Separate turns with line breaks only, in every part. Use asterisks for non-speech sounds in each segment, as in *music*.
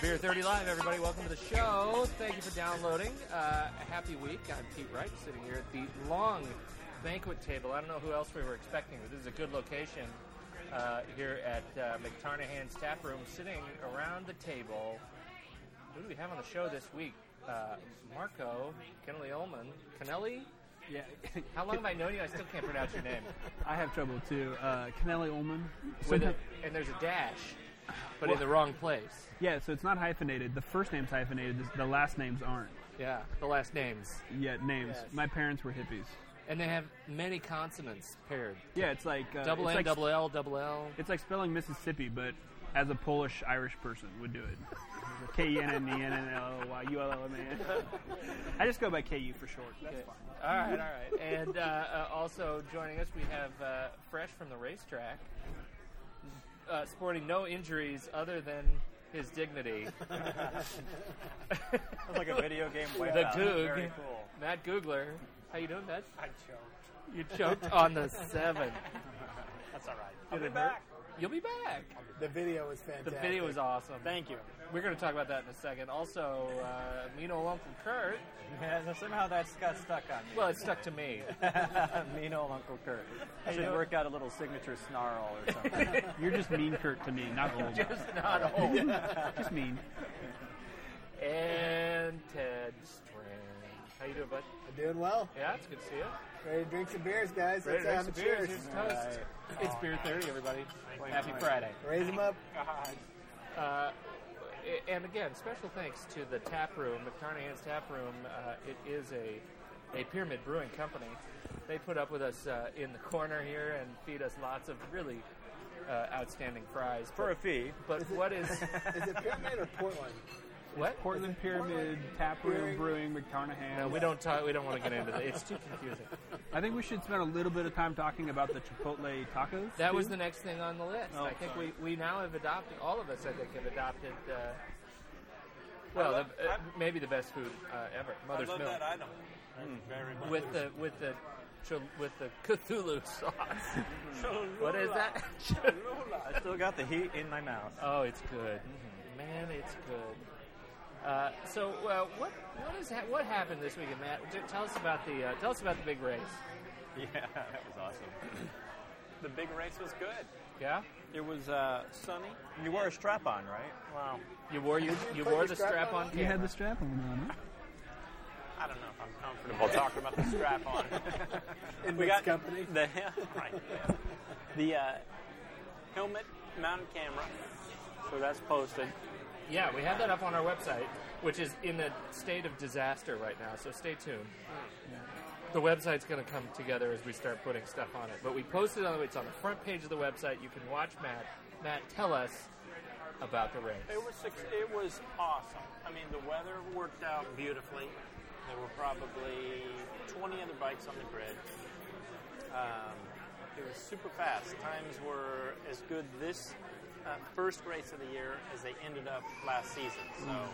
Beer 30 Live, everybody. Welcome to the show. Thank you for downloading. Uh, a happy week. I'm Pete Wright, sitting here at the long banquet table. I don't know who else we were expecting, but this is a good location uh, here at uh, McTarnahan's Tap Room. Sitting around the table, who do we have on the show this week? Uh, Marco Kennelly Ullman. Kennelly?
Yeah, *laughs*
How long have I known you? I still can't pronounce your name.
I have trouble too. Uh, Canelli Ullman.
With a,
Sometimes-
and there's a dash, but in the wrong place.
yeah, so it's not hyphenated. The first name's hyphenated. the- The last names aren't
Yeah, the last names.
yet names.
Yes.
My parents were hippies.
And they have many consonants paired.
Yeah, it's like uh,
Double N,
it's like,
double L, double L.
It's like spelling Mississippi, but as a Polish Irish person would do it. *laughs* K E N N E N N L O Y U L L M A N. I just go by K U for short. That's
Okay.
fine.
All right, all right. And uh, uh, also joining us, we have uh, Fresh from the racetrack, uh, sporting no injuries other than his dignity.
It's like a video *laughs* game wipeout.
the
Very
Goog,
cool.
Matt Googler. How you doing, Matt?
I choked.
You choked on the seven.
That's all right.
Did it hurt?
back.
You'll be back.
The video was fantastic.
The video was awesome.
Thank you.
We're going to talk about that in a second. Also, uh, mean old Uncle Kurt.
Yeah, so somehow that's got stuck on me.
Well, it stuck to me. *laughs*
mean old Uncle Kurt. I
you
should
know-
work out a little signature snarl or something.
You're just mean, Kurt, to me, not old.
*laughs* Just not old.
just mean.
And Ted Strand. How you doing, bud?
I'm doing well.
Yeah, it's good to see you.
Ready to drink some beers, guys.
Ready to
Let's
drink
uh,
some
have a
beers.
cheers.
Here's a toast. It's beer 30, everybody. Happy
you.
Friday.
Raise them up.
Uh, and again, special thanks to the tap room, McTarnahan's Tap Room. Uh, it is a, a Pyramid Brewing Company. They put up with us uh, in the corner here and feed us lots of really uh, outstanding fries.
*laughs* For a
But,
fee.
but what is *laughs*
Is it Pyramid or Portland?
what?
Portland Pyramid, Tap Room, Brewing, McTarnahan.
No, we don't talk. We don't want to get into that. It's too confusing.
I think we should spend a little bit of time talking about the Chipotle tacos.
That was
too.
the next thing on the list.
Oh,
I think
sorry.
we, we now have adopted, all of us, I think, have adopted, uh, well,
love-
the, uh,
I'm-
maybe the best food uh, ever, Mother's
I love
Milk.
that item very much.
With the, with the, chul- with the Cthulhu
*laughs*
sauce. what is that?
I still got the heat in my mouth.
*laughs* oh, it's good. Mm-hmm. Man, it's good. Uh, so, uh, what what is ha- what happened this weekend, Matt? T- Tell us about the uh, tell us about the big race.
*laughs* Yeah, that was awesome. the big race was good.
Yeah,
It was uh, sunny. You wore a strap on, right? Wow.
you wore you,
Did you
you
put
wore
your
the
strap
strap
on?
on.
You had
camera.
the strap on, on it.
I don't know if I'm comfortable talking about the strap
*laughs*
on.
In
we
this
got
company?
the *laughs* right, yeah. the uh, helmet mounted camera. So that's posted.
Yeah, we have that up on our website, which is in a state of disaster right now, so stay tuned. The website's going to come together as we start putting stuff on it. But we posted on it's on the front page of the website. You can watch Matt. Matt, tell us about the race.
It was suc- it was awesome. I mean, the weather worked out beautifully. There were probably 20 other bikes on the grid. Um, it was super fast. Times were as good this uh, first race of the year as they ended up last season. So
Mm.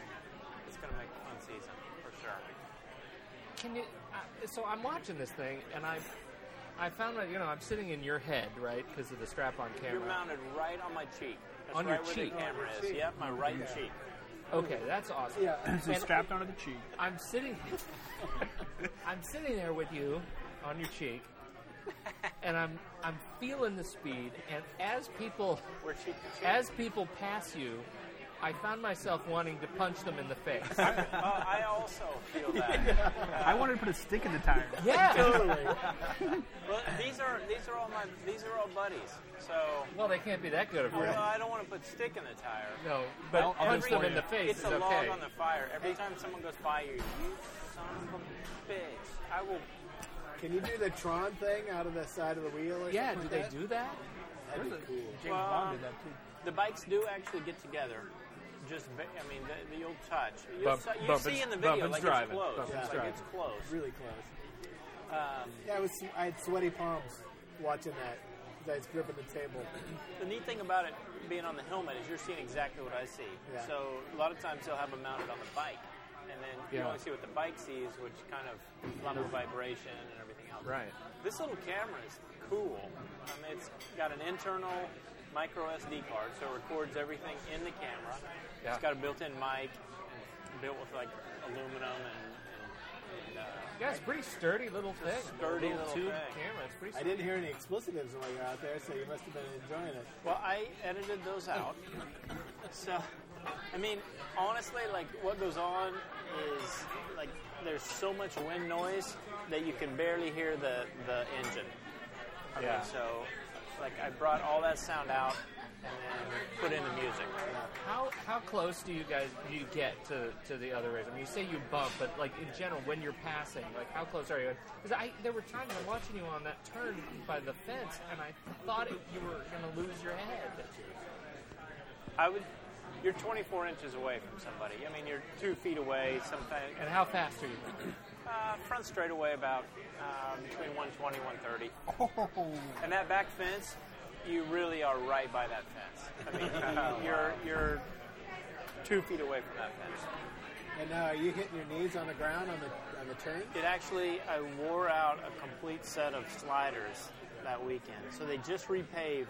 it's going to make a fun season for sure.
Can you? I so I'm watching this thing, and I, I found that you know I'm sitting in your head, right, because of the strap-on
You're
camera.
mounted right on my cheek. That's
On your
right where
cheek?
the
On
camera
your
is.
cheek.
Yep, my right cheek.
Okay, that's awesome.
Yeah.
So
And-
strapped onto the cheek.
I'm sitting. I'm sitting there with you on your cheek, and I'm I'm feeling the speed. And as people
We're cheek to cheek.
as people pass you, I found myself wanting to punch them in the face.
I, uh, I also
*laughs*
feel that.
Uh,
I wanted to put a stick in the tire.
Yeah.
Totally.
Well, these are these are all my these are all buddies. So
Well, they can't be that good of
although
friends.
I don't want to put stick in the tire.
No, but
I'll- I'll
punch
just
them
warn
in
you.
the face
It's
is
a log
okay.
on the fire. Every time someone goes by you, you son of a bitch. I will.
Can you do the Tron thing out of the side of the wheel or
yeah, do
something
they
like that?
do that?
That'd be cool.
James Bond did that too.
The bikes do actually get together. Just ba- I mean, the, the, you'll touch. You'll
Bump-
su- you
bump
see
and-
in the
bump
video
and
like
driving.
it's close.
Bump
and
like
driving.
it's close.
Really close.
Um,
Yeah, I, was, I had sweaty palms watching that. 'cause I was gripping the table.
The neat thing about it being on the helmet is you're seeing exactly what I see.
Yeah.
So a lot of times they'll have them mounted on the bike, and then you
Yeah.
only see what the bike sees, which kind of a lot of vibration and everything else.
Right.
Um, This little camera is cool. I mean, it's got an internal
micro SD card, so it records everything in the camera.
Yeah.
It's got a built-in mic, and built with like aluminum and, and, and uh,
Yeah, it's a pretty sturdy little thing.
sturdy
little
little
tube
thing.
camera. It's pretty.
I didn't hear any explicitives while you were out there, so you must have been enjoying
*laughs*
it.
Well, I edited those out. so, I mean, honestly, like what goes on is like there's so much wind noise that you can barely hear the the engine. I mean,
Yeah.
so, like I brought all that sound out and then put in the music.
How how close do you guys do you get to, to the other race? I mean, you say you bump, but like in general, when you're passing, like how close are you? Because I there were times I'm watching you on that turn by the fence, and I thought it, you were going to lose your head.
I would. You're 24 inches away from somebody. I mean, you're two feet away. Sometimes
And how fast are you? going?
uh, front straight away about uh, between 120 130. And that back fence, you really are right by that fence. I mean, you're you're two feet away from that fence.
And now, are you hitting your knees on the ground on the on the turn?
It actually, I wore out a complete set of sliders that weekend. So they just repaved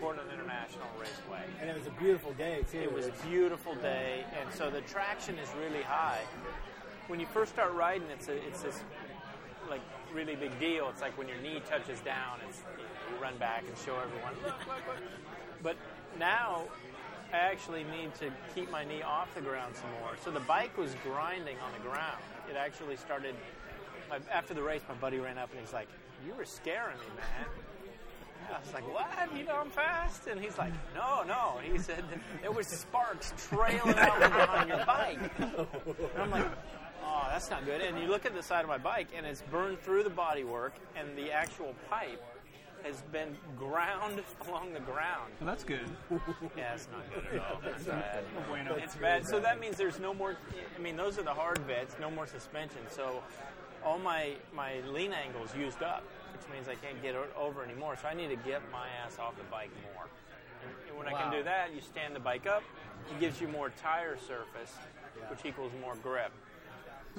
Portland International Raceway.
And it was a beautiful day too.
It was a beautiful day, and so the traction is really high. When you first start riding, it's a, it's this like really big deal. It's like when your knee touches down, it's you, know, you run back and show everyone. "Look, look, look." But now, I actually need to keep my knee off the ground some more. So the bike was grinding on the ground. It actually started. My, after the race, my buddy ran up and he's like, "You were scaring me, man." I was like, "What? You know I'm fast?" And he's like, "No, no." He said there was sparks trailing out from behind your bike. And I'm like, "Oh, that's not good." And you look at the side of my bike, and it's burned through the bodywork, and the actual pipe has been ground *laughs* along the ground.
Well, that's good.
Yeah, it's not good at all. That's bad.
No bueno.
It's bad. So that means there's no more. I mean, those are the hard bits. No more suspension. So all my my lean angles used up, which means I can't get o- over anymore. So I need to get my ass off the bike more. And, and when I can
Wow.
do that, you stand the bike up. It gives you more tire surface, which equals more grip.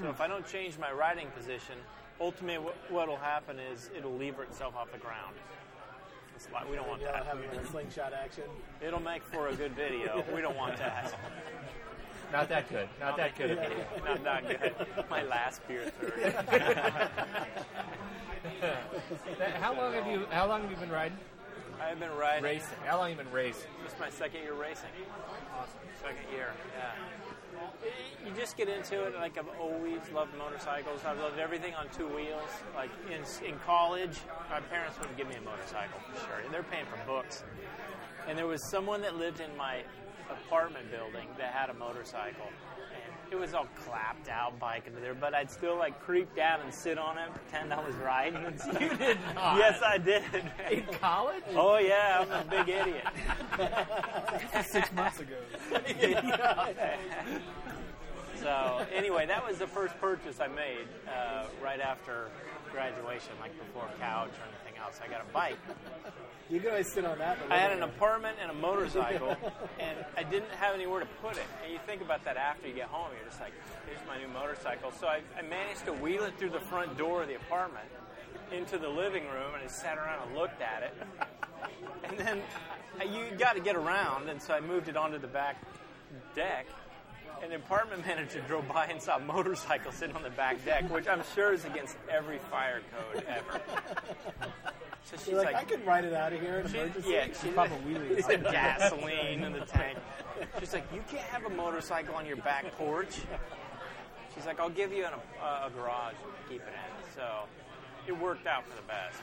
So if I don't change my riding position, ultimately wh- what'll happen is it'll lever itself off the ground. It's like, we don't want
You know,
that.
having a slingshot action.
It'll make for a good video. We don't want that.
Not that good. Not that good.
Not that good. My last beer third.
*laughs* How long have you How long have you been riding?
I've been riding.
Racing. How long have you been racing?
This is my second year racing. Second year. Yeah. You just get into it. Like I've always loved motorcycles. I've loved everything on two wheels. Like in, in college, my parents wouldn't give me a motorcycle for sure. They're paying for books. And there was someone that lived in my apartment building that had a motorcycle. And it was all clapped out bike into there, but I'd still like creep down and sit on it, pretend I was riding. *laughs* you did
not.
Yes, I did. *laughs*
In college?
oh yeah, I'm a big idiot.
Six months ago.
*laughs* So anyway, that was the first purchase I made uh, right after graduation, like before couch or anything else. I got a bike.
You can always sit on that. But
I had an apartment and a motorcycle, and I didn't have anywhere to put it. And you think about that after you get home, you're just like, "Here's my new motorcycle." So I, I managed to wheel it through the front door of the apartment into the living room, and I sat around and looked at it. *laughs* And then I, you got to get around, and so I moved it onto the back deck. And the apartment *laughs* manager drove by and saw a motorcycle sitting on the back deck, which I'm sure is against every fire code ever. So she's
You're like, I can ride it out of here. in emergency.
yeah, she
Pop a wheelie.
*laughs* It's got gasoline in the tank. She's like, you can't have a motorcycle on your back porch. She's like, I'll give you an, uh, a, a garage to keep it in. So it worked out for the best.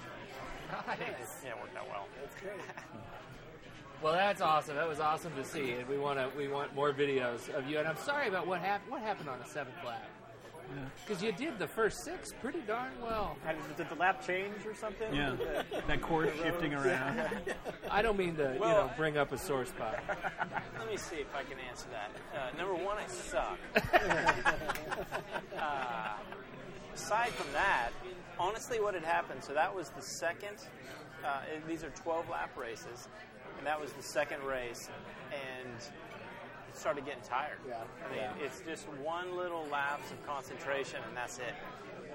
Nice.
Yeah, it worked out well.
That's great.
Well, that's awesome. That was awesome to see, and we want to we want more videos of you. And I'm sorry about what happened. What happened on the seventh lap? Because you did the first six pretty darn well.
Did the lap change or something? Uh,
Yeah. That course shifting around.
I don't mean to you
Well-
know bring up a sore *laughs* spot.
Let me see if I can answer that. Uh, number one, I
*laughs*
suck. Uh, aside from that, honestly, what had happened? So that was the second. Uh, and these are twelve lap races, and that was the second race, and it started getting tired.
Yeah.
I mean, it's just one little lapse of concentration, and that's it.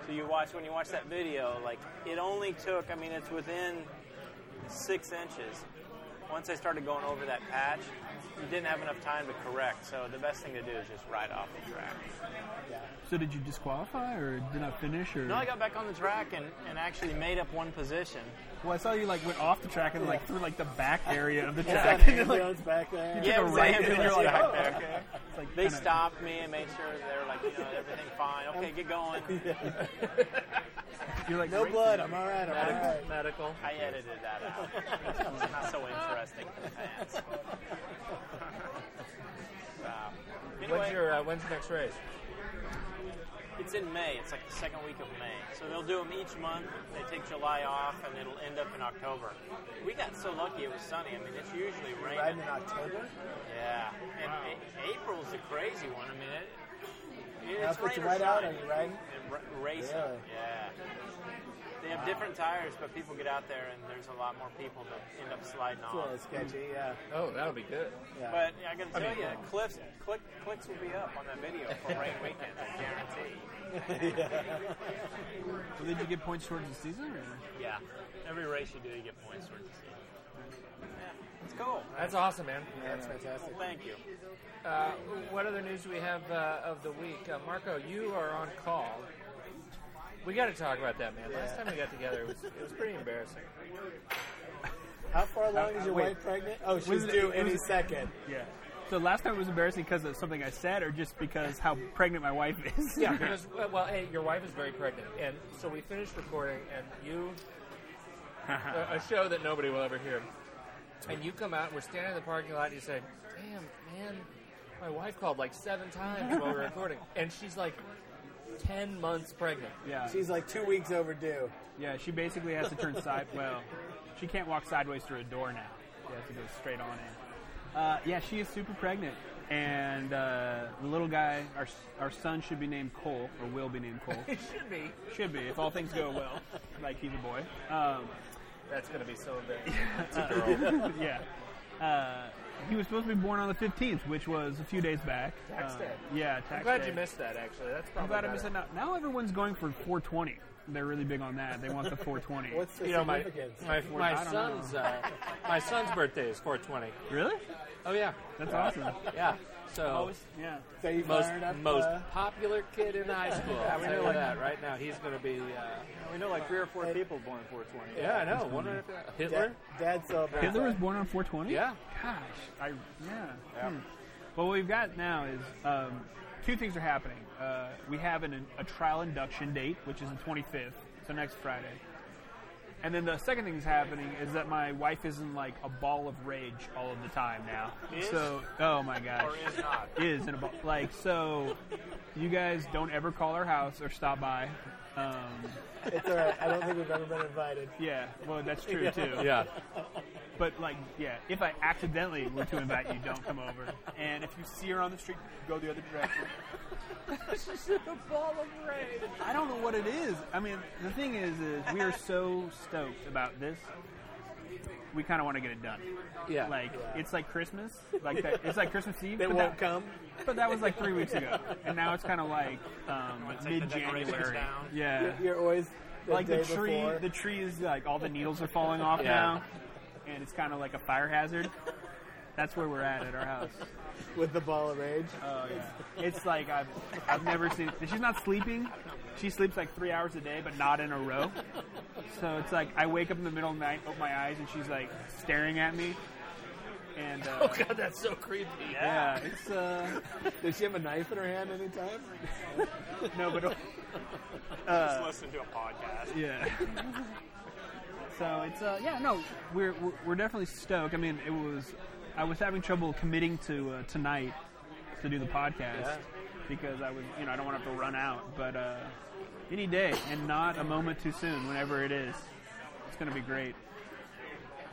So you watch when you watch that video, like it only took. I mean, it's within six inches. once I started going over that patch, you didn't have enough time to correct. So the best thing to do is just ride off the track.
So did you disqualify or did not finish or?
No, I got back on the track and, and actually made up one position.
well, I saw you like went off the track and like through like the back area of the
It's
track. *laughs*
got
and, like,
ambulance back there.
took
Yeah,
a
it was
right
an
and you're
ambulance
like,
back
oh,
*laughs* there.
okay. It's like
They
kinda-
stopped me and made sure they're like, you know, everything fine. Okay, get going.
You're like,
No
great.
blood. I'm all right. I'm all right.
Medical.
I edited that out. It's not so interesting for the fans. Wow.
When's
Anyway,
your uh, when's the next race?
it's in May. It's like the second week of May. So they'll do them each month. They take July off, and it'll end up in October. We got so lucky it was sunny. I mean, it's usually
Riding
raining.
in October.
Yeah. And A- April's a crazy one. I mean, it,
Now
it's
put
rain
you
or
right out.
shine.
Are you riding?
And r- racing.
Really?
Yeah. They have different tires, but people get out there and there's a lot more people that end up sliding
It's a
off.
little sketchy. Yeah.
Oh, that'll be good.
Yeah.
But I gotta
I
tell
mean-
you, clips, click, clicks will be up on that video for
*laughs*
rain weekend. I guarantee.
Well, did you get points towards the season? Or?
Yeah. Every race you do, you get points towards the season. Yeah, it's cool.
That's awesome, man.
That's fantastic.
Well, thank you.
Uh, what other news do we have uh, of the week? Uh, Marco, you are on call. We got to talk about that, man. Last time we got together, it was, it was pretty embarrassing.
How far along
uh,
is your
wait.
wife pregnant? Oh, she's
Was it-
due
was
any
it-
second.
Yeah. So last time it was embarrassing because of something I said, or just because how pregnant my wife is. *laughs*
Yeah, because well, well, hey, your wife is very pregnant, and so we finished recording, and you a, a show that nobody will ever hear, and you come out, we're standing in the parking lot, and you say, "Damn, man, my wife called like seven times while we we're
*laughs*
recording, and she's like ten months pregnant."
yeah.
She's like two weeks overdue.
Yeah, she basically has to turn side. Well, she can't walk sideways through a door now. She has to go straight on in. Uh, yeah, she is super pregnant, and uh, the little guy, our our son, should be named Cole or will be named Cole.
It *laughs* should be.
should be if all things go well, like he's a boy. Um,
That's gonna be so embarrassing.
*laughs* yeah. Uh, he was supposed to be born on the 15th, which was a few days back.
Tax
Uh,
day.
Yeah, tax
I'm glad
day.
you missed that. Actually, that's probably.
I'm glad I
better.
missed it. Now, now everyone's going for 420. They're really big on that. They want
*laughs*
the 420.
What's the
You know, my
significance?
my,
I
my
don't know.
son's uh, my son's birthday is 420.
really?
Oh yeah,
That's awesome.
yeah. So
Always, yeah.
so you
most
fired up,
most *laughs*
uh,
popular kid in high school. I'll
we
tell
know
you
it.
that right now. He's going to be. Uh,
We know like three or four people born 420.
yeah, I know. One after that. Hitler.
dad, dad celebrates.
Hitler was
that.
born on 420.
Yeah.
Gosh. I yeah. Hmm. Well, what we've got now is um, two things are happening. Uh, we have an, a trial induction date, which is the 25th, so next Friday. And then the second thing that's happening is that my wife is in like a ball of rage all of the time now.
Is?
So, oh my gosh.
Or is not.
is in a bu- like so you guys don't ever call our house or stop by um,
It's all right. I don't think we've ever been invited.
yeah well that's true too
Yeah.
but like yeah if i accidentally were to invite you don't come over and if you see her on the street go the other
*laughs*
direction i don't know what it is i mean the thing is is we are so stoked about this we kind of want to get it done
Yeah.
like it's like christmas like that it's like christmas eve
*laughs* They
but
won't
that-
come.
But that was like three weeks ago, and now it's kind of like um,
take the
mid
decorations
January.
down.
Yeah,
You're, you're always the
like
day
the tree.
Before.
The tree is like all the needles are falling off
Yeah.
now, and it's kind of like a fire hazard. That's where we're at at our house.
with the ball of rage.
Oh yeah, it's like I've I've never seen. She's not sleeping. She sleeps like three hours a day, but not in a row. So it's like I wake up in the middle of the night, open my eyes, and she's like staring at me. And uh,
*laughs* Oh god, that's so creepy.
yeah, it's uh,
*laughs* Does she have a knife in her hand anytime?
no, but
Just listen to a podcast.
Yeah. *laughs* so it's uh yeah no we're, we're we're definitely stoked. I mean it was I was having trouble committing to uh, tonight to do the podcast because I was you know I don't want to have to run out, but uh, any day and not a moment too soon. Whenever it is, it's gonna be great.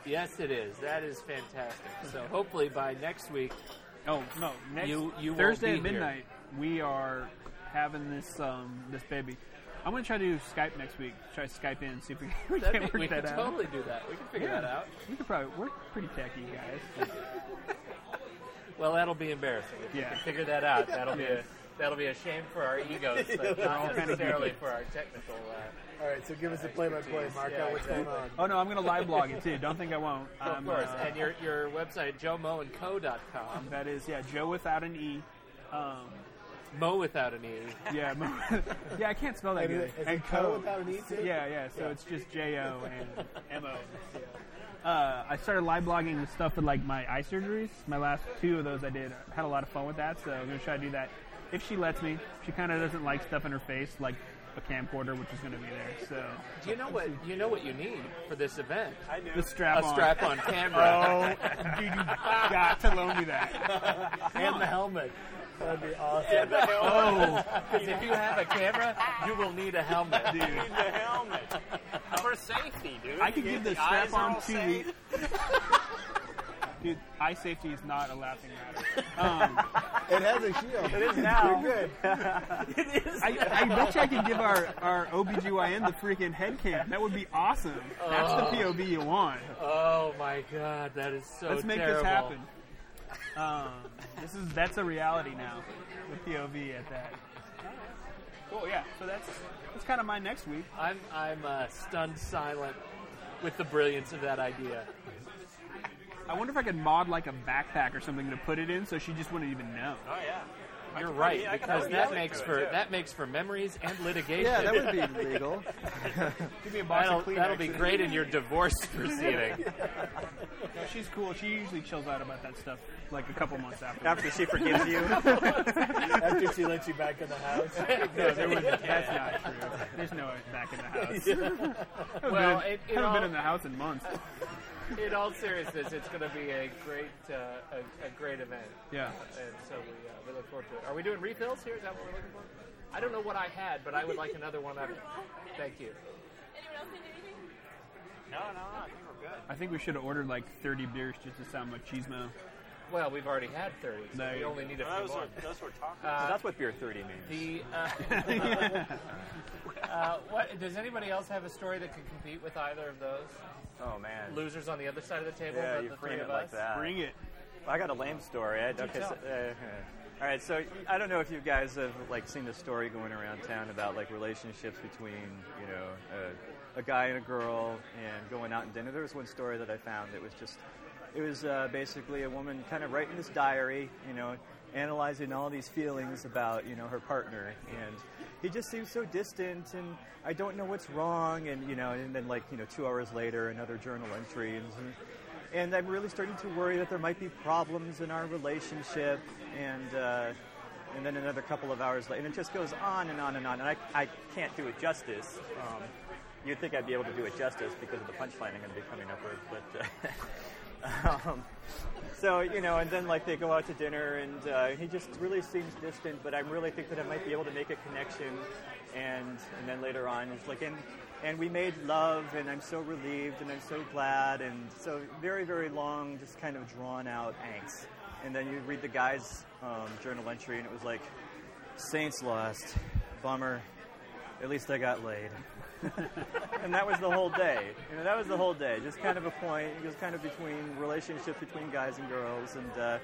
Yes, it is. That is fantastic. So hopefully by next *laughs* week,
Oh no, next
You- you will
Thursday
be
at midnight we are having this um this baby. I'm gonna try to do Skype next week. Try Skype in see if we, *laughs* we
that'd
can work
be, we
that
could
out.
totally do that. We can figure that out.
We could probably we're pretty techy guys.
Well, that'll be embarrassing. If we *laughs*
Yeah.
can figure that out, that'll be a, That'll be a shame for our *laughs* egos, but not necessarily for our technical. Uh,
All right, so give us a play-by-play,
Expertise,
Mark.
yeah,
out what's going on?
Oh no, I'm gonna live blog it too. Don't think I won't.
of
I'm,
course.
uh,
and your your website, joemoandco.com.
that is yeah, Joe without an e. Um,
Mo without an E.
yeah, *laughs* mo- yeah, I can't spell that
And,
good.
is it co without an E too?
Yeah, yeah. So it's just J O and M O. Uh, I started live blogging the stuff with like my eye surgeries. My last two of those I did. I had a lot of fun with that, so I'm gonna try to do that if she lets me. She kind of doesn't like stuff in her face, like a camcorder, which is gonna be there. So
Do you know what you know what you need for this event?
I do.
the strap
A
on.
strap on camera.
Oh, dude, you got to loan me that.
And the helmet. That'd be awesome.
Oh,
Because if you have a camera, you will need a helmet.
dude.
need the helmet for safety, dude.
I could give the
eyes
strap on to.
all safe.
Dude, eye safety is not a laughing matter. Um,
It has a shield. It is
now.
You're good.
I, I bet you I can give our, our OBGYN the freaking head cam. That would be awesome. That's the POV you want.
Oh my god, that is so
Let's make
terrible.
this happen. Um, this is that's a reality now. The POV at that. Cool, yeah. So that's that's kind of my next week.
I'm I'm uh, stunned silent with the brilliance of that idea.
I wonder if I could mod like a backpack or something to put it in, so she just wouldn't even know.
Oh yeah.
You're right
I can
because
already
that
relate
makes
to it,
for
too.
that makes for memories and litigation.
Yeah, that would be legal.
Give me a box
That'll,
of Kleenex.
that'll be great in your divorce *laughs* proceeding.
No, she's cool. She usually chills out about that stuff like a couple months after.
After she
*laughs*
forgives you.
After she lets you back in the house.
no, there was, that's not true. There's no back in the house.
Well, it,
I
it,
haven't
all,
been in the house in months.
in all seriousness, it's going to be a great uh, a, a great event,
Yeah.
and so we, uh, we look forward to it. Are we doing refills here? Is that what we're looking for? I don't know what I had, but I would like another one. Up. Thank you.
Anyone else need anything?
No, no, no. I think we're good.
I think we should have ordered like 30 beers just to sound machismo.
Well, we've already had thirty, so
No,
we
you-
only need a
Well,
few
those
more.
were those were talking.
So that's what beer 30 means.
The uh, *laughs*
*laughs*
uh, what does anybody else have a story that could compete with either of those
Oh, man.
losers on the other side of the table?
Yeah,
but
you
the
frame
three
it
of
like
us.
that.
Bring it.
I got a lame story. I, okay, so, uh, all right, so I don't know if you guys have like seen the story going around town about like relationships between you know a, a guy and a girl and going out and dinner. There was one story that I found that was just it was uh, basically a woman kind of writing this diary, you know, analyzing all these feelings about you know her partner and he just seems so distant and I don't know what's wrong and you know and then like you know two hours later another journal entry and. And I'm really starting to worry that there might be problems in our relationship. And uh, and then another couple of hours later, and it just goes on and on and on. And I, I can't do it justice. Um, you'd think I'd be able to do it justice because of the punchline I'm going to be coming up with, but. Uh, *laughs* um, so you know, and then like they go out to dinner, and uh, he just really seems distant. But I really think that I might be able to make a connection, and and then later on, it's like and and we made love, and I'm so relieved, and I'm so glad, and so very very long, just kind of drawn out angst. And then you read the guy's um, journal entry, and it was like, Saints lost, bummer. At least I got laid. and that was the whole day. You know, that was the whole day. Just kind of a point. It was kind of between relationships between guys and girls, and uh,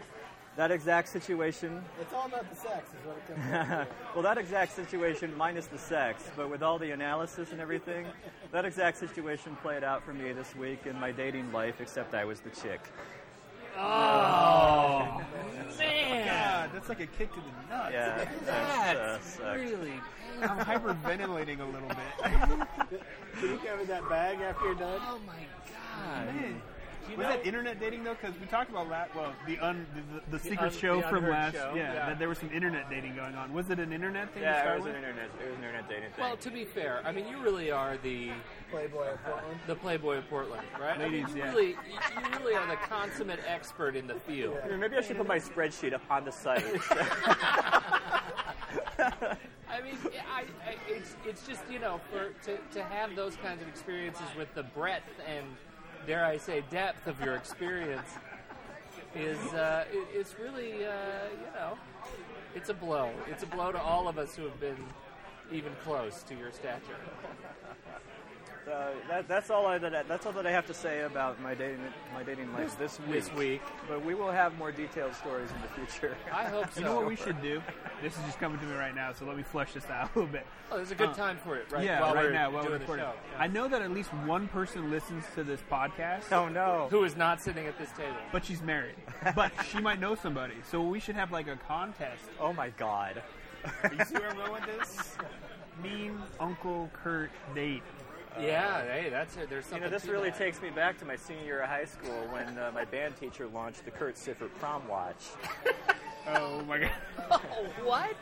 that exact situation.
It's all about the sex, is what it comes down to.
well, that exact situation minus the sex, but with all the analysis and everything, that exact situation played out for me this week in my dating life. Except I was the chick.
God, that's like a kick to the nuts.
Yeah, that's, uh, sucked. *laughs*
I'm hyperventilating a little bit.
Can you cover that bag after you're done?
Oh *laughs* my god!
Man.
Do you
Was
know-
that internet dating though? Because we talked about last, well, the un, the, the, the secret
un-
show
the
from
unheard
last,
show,
yeah,
yeah.
That there was some internet dating going on. Was it an internet thing? to
yeah,
start
it was an
with?
internet. It was an internet dating thing.
Well, to be fair, I mean, you really are the
Playboy of Portland.
the Playboy of Portland, right? I
Ladies,
mean, you
yeah.
really, you you really are the consummate expert in the field.
Maybe I should put my spreadsheet up on the *laughs* site.
I mean, I, I, it's it's just you know for to, to have those kinds of experiences with the breadth and dare I say depth of your experience is uh, it, it's really uh, you know it's a blow. It's a blow to all of us who have been even close to your stature.
So that, that's all I, that, I- that's all that I have to say about my dating my dating life this week.
This week.
but we will have more detailed stories in the future. *laughs*
I hope so.
You know what we should do? This is just coming to me right now, so let me flesh this out a little bit.
Oh, there's a good
Uh,
time for it, right?
yeah,
while
right
we're
now while
doing
we're
the
recording.
show.
I know that at least one person listens to this podcast,
oh no!
Who is not sitting at this table?
but she's married. But she might know somebody, so we should have like a contest.
Oh my God!
you see where I'm going with this?
Mean Uncle Kurt date.
*laughs* yeah, hey, that's it. There's
You
something.
know, this
to
really
that. *laughs*
takes me back to my senior year of high school when uh, my band teacher launched the Kurt Siffert prom watch.
Oh my god, *laughs*
what?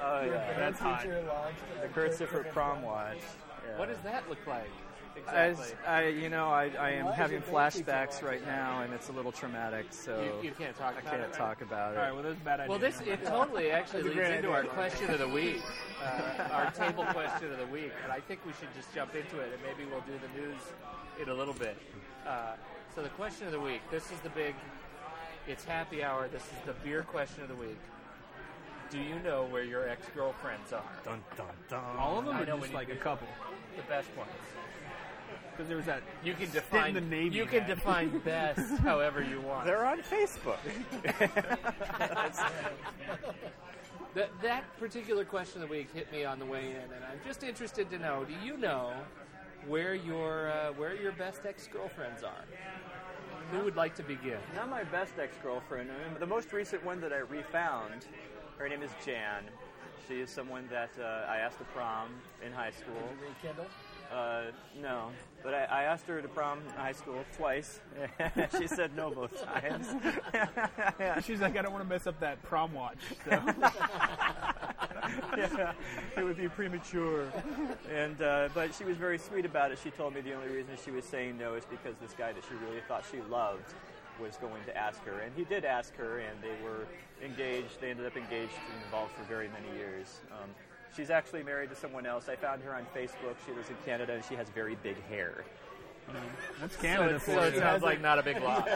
Oh yeah,
Band
that's hot.
teacher launched
the Kurt Siffert prom watch. Yeah.
What does that look like?
As
Exactly.
I, you know, I, I am
Why is
having
it band teacher
flashbacks
watch?
right now, and it's a little traumatic, so
you, you can't talk
I
about it.
can't
right?
talk about
All right,
it.
well, that's a bad idea.
Well, this it totally actually
That's a
leads
great
into
idea.
our question of the week, uh, our table question of the week, and I think we should just jump into it, and maybe we'll do the news in a little bit. Uh, so the question of the week. This is the big. It's happy hour. This is the beer question of the week. Do you know where your ex-girlfriends are?
Dun, dun, dun.
all of them
I
are
know
just
when
like
you
a
do.
couple.
The best ones.
Because there was that.
You can
Sit in
define
the Navy,
You can
man.
define best however you want.
They're on Facebook.
*laughs* That, that particular question of the week hit me on the way in, and I'm just interested to know: Do you know where your uh, where your best ex girlfriends are? Who would like to begin?
Not my best ex-girlfriend. I mean, the most recent one that I refound, her name is Jan. She is someone that uh, I asked to prom in high school.
Rekindle.
Uh, no, but I, I asked her to prom in high school twice. *laughs* she said no both times. *laughs*
She's like, I don't want to mess up that prom watch.
*laughs*
So.
Yeah, it would be premature. And uh, but she was very sweet about it. She told me the only reason she was saying no is because this guy that she really thought she loved was going to ask her, and he did ask her, and they were engaged. They ended up engaged and involved for very many years. Um, she's actually married to someone else. I found her on Facebook. She lives in Canada, and she has very big hair.
That's
So
Canada
it, so
for
it
you.
sounds like not a big loss.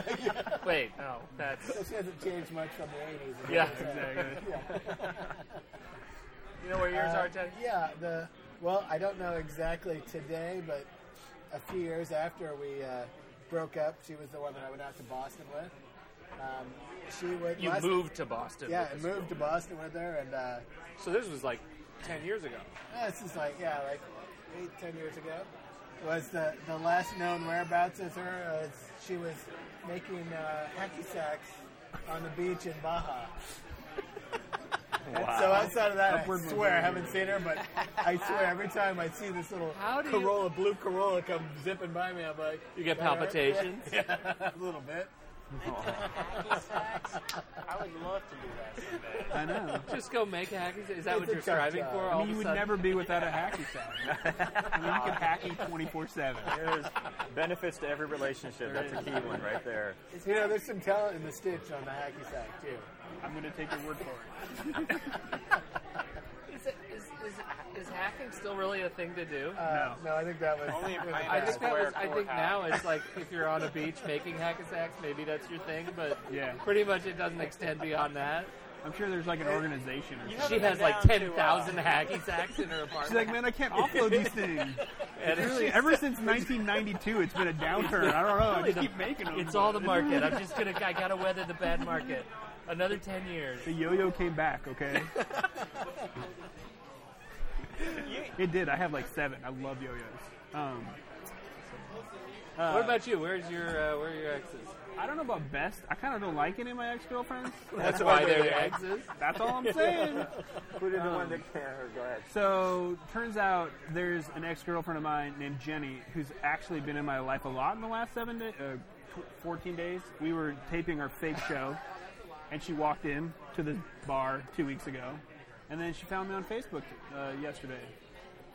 Wait, no, that's
This hasn't changed much from the 80s. *laughs*
Yeah,
exactly.
you know where yours
Uh,
are, Ted.
Yeah, the well, I don't know exactly today, but a few years after we uh, broke up, she was the one that I went out to Boston with. Um, she went.
You
last-
moved to Boston.
Yeah,
with
I
this
moved to Boston with her, and uh,
girl. So this was like ten years ago.
yeah, Uh, this is like yeah, like eight, ten years ago. Was the the last known whereabouts of her? Uh, is she was making uh, hacky sacks on the beach in Baja. So outside of that, I swear I haven't seen her, but I swear every time I see this little
How do you-
Corolla, blue Corolla come zipping by me, I'm like,
You get
"Is that her?"
palpitations?
*laughs* yeah, a little bit.
I would love to do that someday.
I know.
Just go make a hacky. Is that
It's
what
a
you're
tough
striving
job.
for?
I
All
mean, you
of a
would
sudden?
never be without a hacky
*laughs*
sack. I mean, you could hacky 24 7.
There's benefits to every relationship. That's a key one right there.
You know, there's some talent in the stitch on the hacky sack too.
I'm going to take your word for it.
Is, it, is, is, is hacking still really a thing to do?
Uh, no. I think that was.
Only
it was
I
a
I think
bad
that
Square
was. I think
courthouse.
now it's like if you're on a beach making hack sacks, maybe that's your thing. *laughs* But
Yeah.
pretty much it doesn't extend beyond that.
I'm sure there's like an organization or something.
She has like ten thousand hacky sacks in her apartment.
She's like, man, I can't
*laughs*
offload these things.
And it's
Really, ever since 1992, it's been a downturn. I don't know. I just keep making
*laughs*
them.
it's all the market. I'm just gonna. I gotta weather the bad market. Another ten years.
The yo-yo came back, okay?
*laughs*
it did. I have like seven. I love yo-yos. Um,
what about you? Where's your uh, Where are your exes?
I don't know about best. I kind of don't like any of my ex-girlfriends.
That's why they're your exes. *laughs*
That's all I'm saying.
Put in the one that can't. Go ahead.
So turns out there's an ex-girlfriend of mine named Jenny who's actually been in my life a lot in the last seven days, uh, tw- fourteen days. We were taping our fake show, and she walked in to the bar two weeks ago, and then she found me on Facebook uh, yesterday.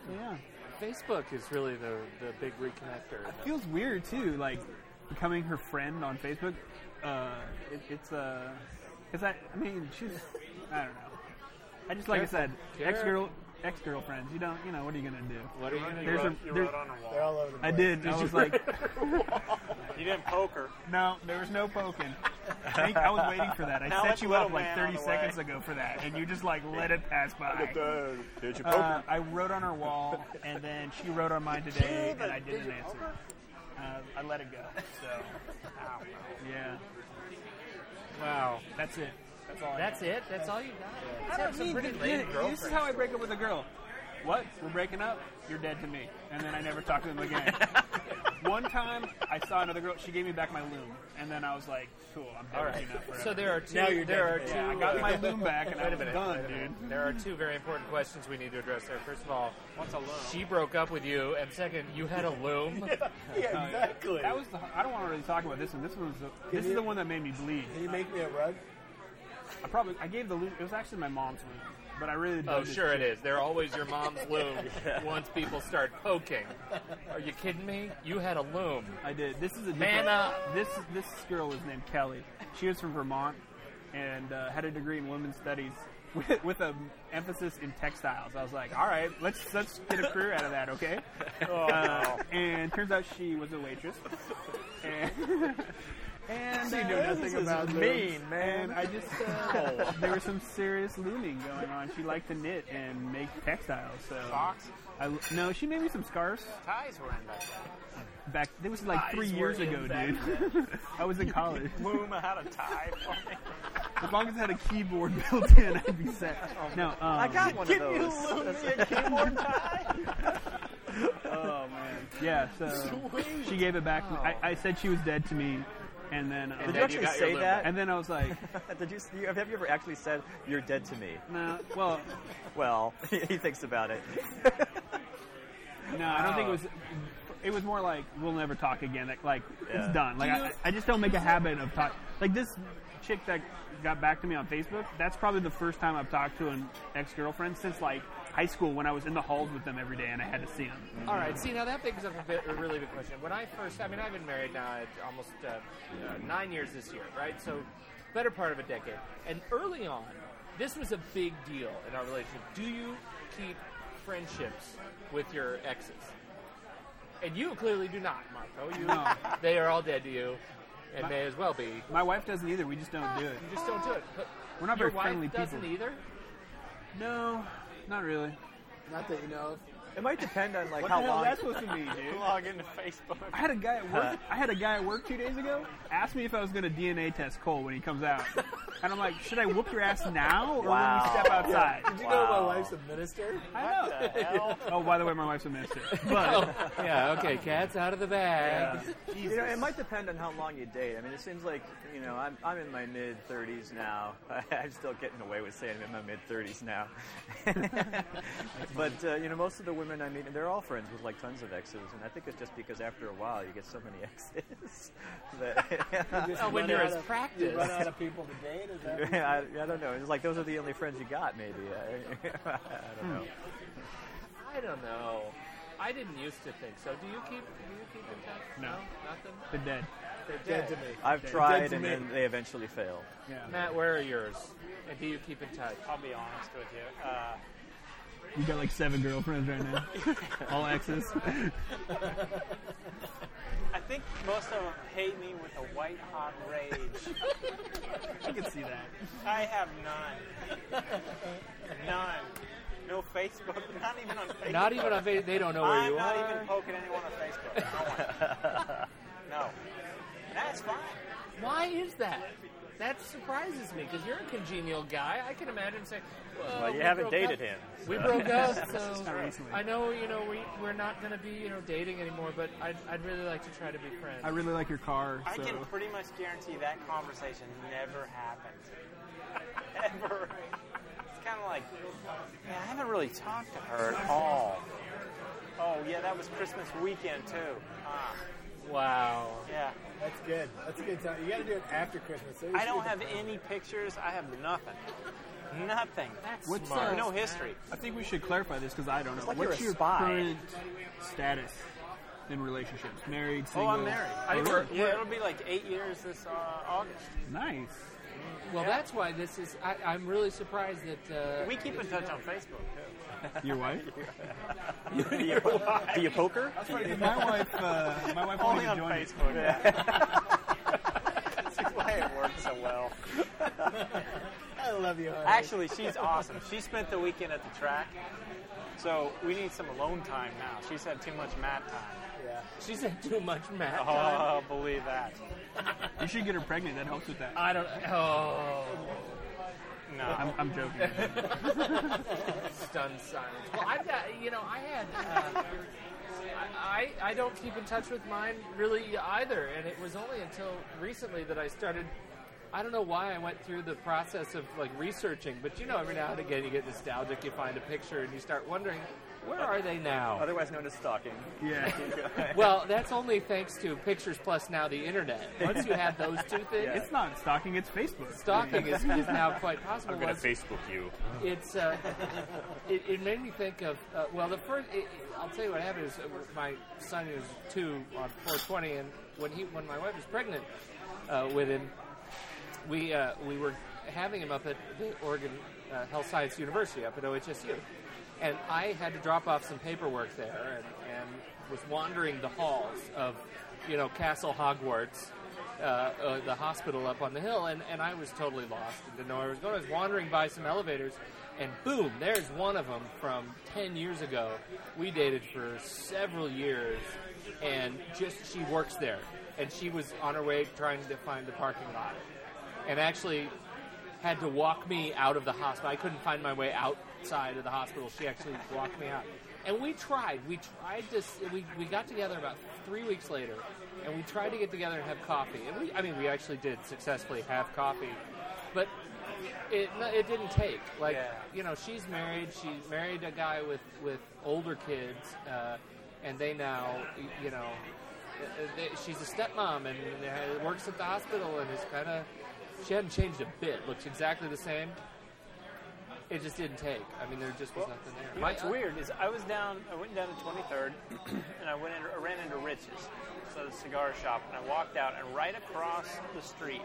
So yeah,
Facebook is really the the big reconnector.
it feels weird too, like becoming her friend on Facebook. Uh, it, it's uh, cause I, I mean, she's, I don't know. I just like I said,
Careful.
ex-girl, ex girlfriends. You don't. You know what are you gonna do?
What are you going
There's
do?
a-
you
there's-
wrote on a wall.
They're all over the
I
place.
did. I was like,
You didn't poke her.
no, there was no poking. Thank, I was waiting for that. I
Now
set
it's
you
little
up like
man
30
on the way.
seconds ago for that, and you just like let it pass by.
Did you poke
Uh, I wrote on her wall, and then she wrote on mine today, and I didn't answer. Uh, I let it go. So, yeah,
Wow.
that's it. That's all. I
That's it? That's all you got?
I
Have
don't
some
need
pretty
to-
lame
This is how I break up with a girl. What? We're breaking up? You're dead to me. And then I never talk to
*laughs*
them again. One time, I saw another girl. She gave me back my loom, and then I was like, "Cool, I'm dead with you now forever."
So there are two.
Now you're
there
dead.
are two.
yeah, I got
uh,
my
*laughs*
loom back, and I
Wait a
was
minute.
done,
wait a
dude.
minute. There are two very important questions we need to address there. First of all,
What's a loan?
she broke up with you, and second, you had a loom.
*laughs*
*laughs*
Yeah, exactly.
That was. The, I don't want to really talk about this one. This one's. The, this is the one that made me bleed.
Can you make me a rug?
I probably. I gave the loom. It was actually my mom's loom, but I really.
Oh,
dug this
sure
chick.
it is. They're always your *laughs* mom's loom once people start poking. Are you kidding me? You had a loom.
I did. This is a
Man
different-
up.
uh, This this girl was named Kelly. She was from Vermont and uh, had a degree in women's studies *laughs* with, with an emphasis in textiles. I was like, all right, let's let's get a career out of that, *laughs* okay? Uh, and turns out she was a waitress. *laughs* And, uh, and she knew
nothing about
mean, man. I just uh, there was some serious looming going on. She liked to knit and make textiles. So
Socks?
I, no, she made me some scarves
Ties were in back
back. It was like three
Eyes
years
were in
ago,
back
dude. *laughs* I was in
*laughs*
college.
then. Boom, I had a
*laughs*
tie for me.
As long as I had a keyboard *laughs* built in, I'd be set. No, um,
Oh.
I
got one of those.
Oh man. Yeah. So she gave it back. to me. I, I said she was dead to me, and then um,
And
Did you
then you
actually
got your
say
loom
that?
and then I was like, *laughs*
Did you, you- have you ever actually said you're dead to me?
no. Well,
Well, *laughs* he thinks about it.
no. I don't think it was. It was more like we'll never talk again. Like, like
Yeah.
it's done. Like I, I just don't make a habit of talk. Like this chick that got back to me on Facebook. That's probably the first time I've talked to an ex girlfriend since like high school when I was in the halls with them every day and I had to see them.
All right. See, now that brings up a, bit, a really big question. When I first, I mean, I've been married now almost uh, uh, nine years this year, right? So, better part of a decade. And early on, this was a big deal in our relationship. Do you keep friendships with your exes? And you clearly do not, Marco. You,
No.
they are all dead to you, and may as well be. You
My wife doesn't either. We just don't do it.
just don't do it. But
We're not
your
very
wife
friendly
doesn't
people.
either.
e-, No, not really.
Not that you know of.
It might depend on like
What
how
the hell
long.
is that supposed to mean, dude?
Log into Facebook.
I had a guy at work.
Huh.
*laughs* I had a guy at work two days ago ask me if I was going to DNA test Cole when he comes out, and I'm like, should I whoop your ass now or
Wow.
when we step outside?
Did you know
Wow.
my wife's a
*laughs*
minister?
I know. Oh, by the way, my wife's a minister.
*laughs*
But
yeah. Okay. Cat's out of the bag.
You know, it might depend on how long you date. I mean, it seems like you know I'm, I'm in my mid 30s now. *laughs* I'm still getting away with saying I'm in my mid 30s now. *laughs* but uh, you know, most of the women I meet, they're all friends with like tons of exes, and I think it's just because after a while you get so many *laughs* exes that *laughs*
Just
Oh, when
run
you're
out
as
of-
practiced.
You run out of people to date? Is that
*laughs*
I, I don't know. It's like those are the only friends you got, maybe. *laughs* I, I don't know.
I don't know. I didn't used to think so. Do you keep do you keep in touch?
No.
nothing.
they're dead.
They're
dead
dead.
to me?
I've
They're
tried,
to
and
me.
then they eventually fail.
Yeah.
Matt, where are yours? And do you keep in touch?
I'll be honest with you. Uh,
You got like seven girlfriends right now, *laughs* all exes.
I think most of them hate me with a white hot rage.
*laughs* I can see that.
I have none. None. No Facebook. Not even on Facebook.
Not even on Facebook. They don't know where
I'm
you
not
are.
even poking anyone on Facebook. No one. No. And that's fine.
Why is that? That surprises me because you're a congenial guy. I can imagine saying, "Well,
Well, you
we
haven't
broke up-
dated him.
We broke up,
Not
so
recently.
I know you know we we're not going to be you know dating anymore. But I'd, I'd really like to try to be friends.
I really like your car.
I
So
can pretty much guarantee that conversation never happened. *laughs* Ever. It's kind of like, man, I haven't really talked to her at all. Oh, yeah, that was Christmas weekend, too. Ah,
wow.
yeah.
That's good. That's a good time. You got to do it after Christmas. So you
I don't
should-
have any pictures. I have nothing. Nothing.
That's
What's,
smart.
uh,
No history.
I think we should clarify this because I don't know.
like
What's
you're a
your
spy.
current status in relationships? Married,
Oh,
single?
I'm married. I
Oh,
think we're-
really?
yeah, it'll be like eight years this uh, August.
Nice.
Well, that's why this is. I, I'm really surprised that. Uh,
We keep in touch on Facebook too.
Your wife?
Do you, do you poker?
*laughs* my wife. Uh, my wife wanted
Only
to
on
join. us.
Facebook. *laughs* Yeah. That's why it works so well.
I love you, honey.
Actually, she's awesome. She spent the weekend at the track, so we need some alone time now. She's had too much mat time.
yeah.
She said too much, Matt.
Oh, believe that.
You should get her pregnant. That helps with that.
I don't. Oh,
No.
I'm, I'm joking. *laughs*
stunned silence. Well, I've got. You know, I had. Uh, I, I I don't keep in touch with mine really either, and it was only until recently that I started. I don't know why I went through the process of like researching, but you know, every now and again you get nostalgic. You find a picture and you start wondering, where are they now?
Otherwise known as stalking.
Yeah.
Well, that's only thanks to Pictures Plus now the internet. Once you have those two things,
It's not stalking. It's Facebook.
stalking is, is now quite possible. Once-
Facebook you.
it's uh, *laughs* it, it made me think of uh, well the first it, it- I'll tell you what happened is uh, my son is two on 420 and when he when my wife was pregnant uh, with him we uh, we were having him up at the Oregon uh, Health Science University up at OHSU, and I had to drop off some paperwork there, and, and was wandering the halls of, you know, Castle Hogwarts, uh, uh, the hospital up on the hill, and, and I was totally lost and didn't know where I was going. I was wandering by some elevators, and boom, there's one of them from ten years ago. We dated for several years, and just she works there, and she was on her way trying to find the parking lot and actually had to walk me out of the hospital. I couldn't find my way outside of the hospital. She actually walked me out. And we tried. We tried to. s- We, we got together about three weeks later, and we tried to get together and have coffee. And we, I mean, we actually did successfully have coffee, but it no, it didn't take. Like
Yeah.
you know, she's married. She married a guy with with older kids, uh, and they now y- you know. uh, They, she's a stepmom and uh, works at the hospital and is kind of she hadn't changed a bit. Looks exactly the same. It just didn't take. I mean, there just was nothing there.
What's
I-
weird is I was down. I went down to 23rd, *clears throat* and I went. Into, I ran into Rich's, so the cigar shop, and I walked out, and right across the street,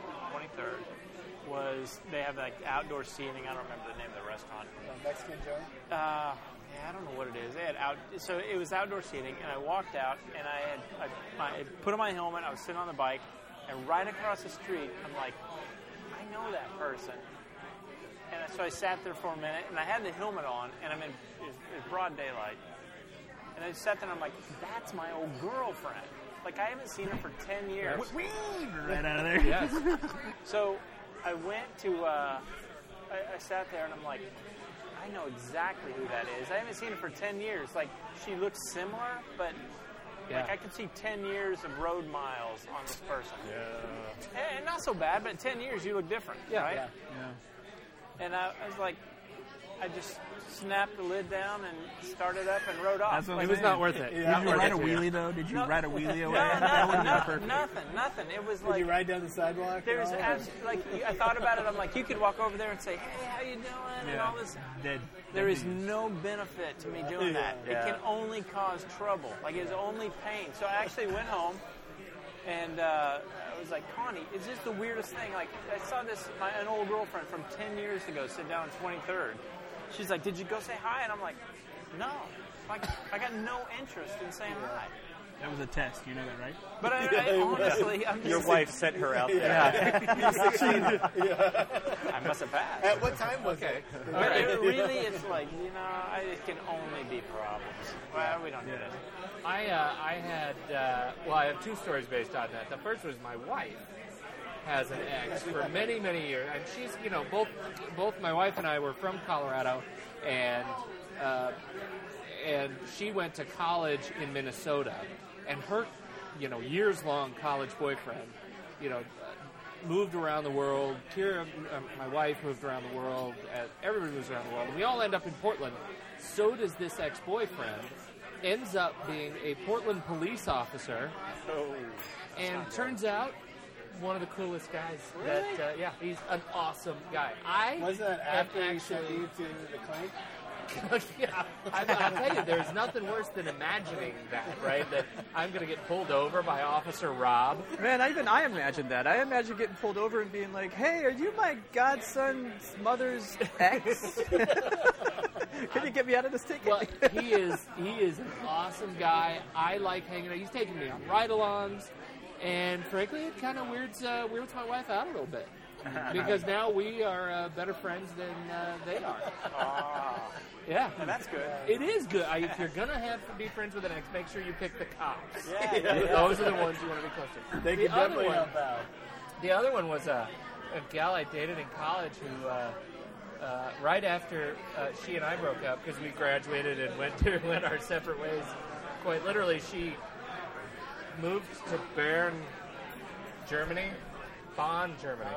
23rd, was they have like outdoor seating. I don't remember the name of the restaurant.
A Mexican joint.
Uh, yeah, I don't know what it is. They had out, so it was outdoor seating, and I walked out, and I had I, my, I put on my helmet. I was sitting on the bike, and right across the street, I'm like, I know that person. And so I sat there for a minute, and I had the helmet on, and I'm in it's, it's broad daylight, and I sat there, and I'm like, that's my old girlfriend. Like I haven't seen her for ten years.
Right out of there.
Yes.
So I went to, uh, I, I sat there and I'm like, I know exactly who that is. I haven't seen her for 10 years. Like, she looks similar, but
Yeah.
like I could see 10 years of road miles on this person. Yeah. And, and not so bad, but 10 years you look different,
*laughs* Yeah,
right?
yeah.
And I, I was like, I just snapped the lid down and started up and rode off.
That's what
It
Like,
was not worth it.
Did
Not
you
worth
ride
it
a
to you.
wheelie though? Did you ride a wheelie
*laughs*
away?
no,
that would have
no,
been
no,
perfect.
nothing, nothing. It was
Did
like
you ride down the sidewalk?
There's
and all?
abs- like you- I thought about it. I'm like, you could walk over there and say, "Hey, how you doing?" and all this.
Dead.
There
Dead
is
dude.
no benefit to me doing that.
Yeah.
It can only cause trouble. Like it's only pain. So I actually went home, and uh, I was like, Connie, is this the weirdest thing? Like I saw this my an old girlfriend from 10 years ago sit down on 23rd. She's like, "Did you go say hi?" And I'm like, "No." Like I got no interest in saying hi.
That was a test. You know that, right?
But
*laughs*
I, I honestly, I'm just
Your wife sent her out there.
I must have passed.
At what time was
Okay.
it?
But it really, it's like you know, I, it can only be problems. Well, we don't do that.
I, uh, I had, uh, well, I have two stories based on that. The first was my wife has an ex for many, many years, and she's, you know, both both my wife and I were from Colorado, and uh, and she went to college in Minnesota, and her, you know, years long college boyfriend, you know, moved around the world. Kira, uh, my wife, moved around the world. Uh, everybody moves around the world. We all end up in Portland. So does this ex boyfriend. Ends up being a Portland police officer,
Oh.
and turns out one of the coolest guys. That, uh, yeah, he's an awesome guy. I
Wasn't that
am
after you sent
actually
you to the clank?
*laughs* yeah, I, I tell you, there's nothing worse than imagining that, right? That I'm going to get pulled over by Officer Rob.
Man, I even I imagined that. I imagined getting pulled over and being like, "Hey, are you my godson's mother's ex? Can you get me out of this ticket?"
Well, he is he is an awesome guy. I like hanging out. He's taking me on ride-alongs, and frankly, it kind of weirds uh, weirds my wife out a little bit because now we are uh, better friends than uh, they are. Yeah,
That's good.
it is good. I, if you're gonna have be friends with an ex, make sure you pick the cops.
Yeah,
Those are the ones you want to be close to.
They
the
could definitely
one,
help out.
the other one was a, a gal I dated in college who, uh, uh, right after uh, she and I broke up, because we graduated and went *laughs* to went our separate ways, quite literally, she moved to Bern, Germany, Bonn, Germany.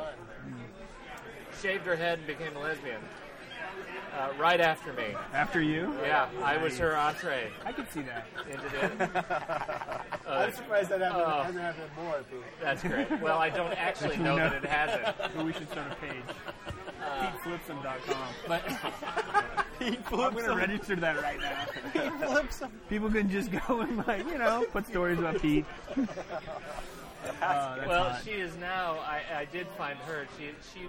Shaved her head and became a lesbian. Uh, right after me.
After you,
Yeah, I was her entree
I could see that.
into the.
Uh,
I'm surprised that happened,
oh.
hasn't happened more. Pete.
That's great. Well, I don't actually know that it hasn't.
But we should start a page. PeteFlipsum.com. *laughs*
But
I'm going to register that right now. People can just go and like you know put stories about Pete. Oh, that's
well,
hot.
she is now. I, I did find her. She she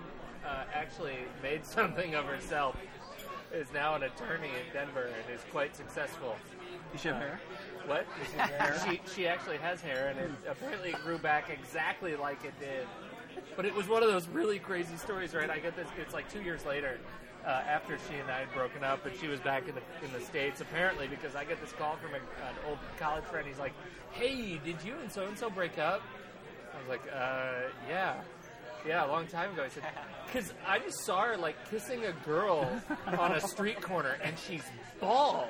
uh, actually made *laughs* something of herself. Is now an attorney in Denver and is quite successful.
you should have hair.
What? she she actually has hair and it apparently grew back exactly like it did. But it was one of those really crazy stories, right? I get this. It's like two years later, uh, after she and I had broken up, and she was back in the in the states apparently because I get this call from a, an old college friend. He's like, "Hey, did you and so and so break up?" I was like, "Uh, yeah." Yeah, a long time ago. I said, because I just saw her like kissing a girl on a street corner, and she's bald.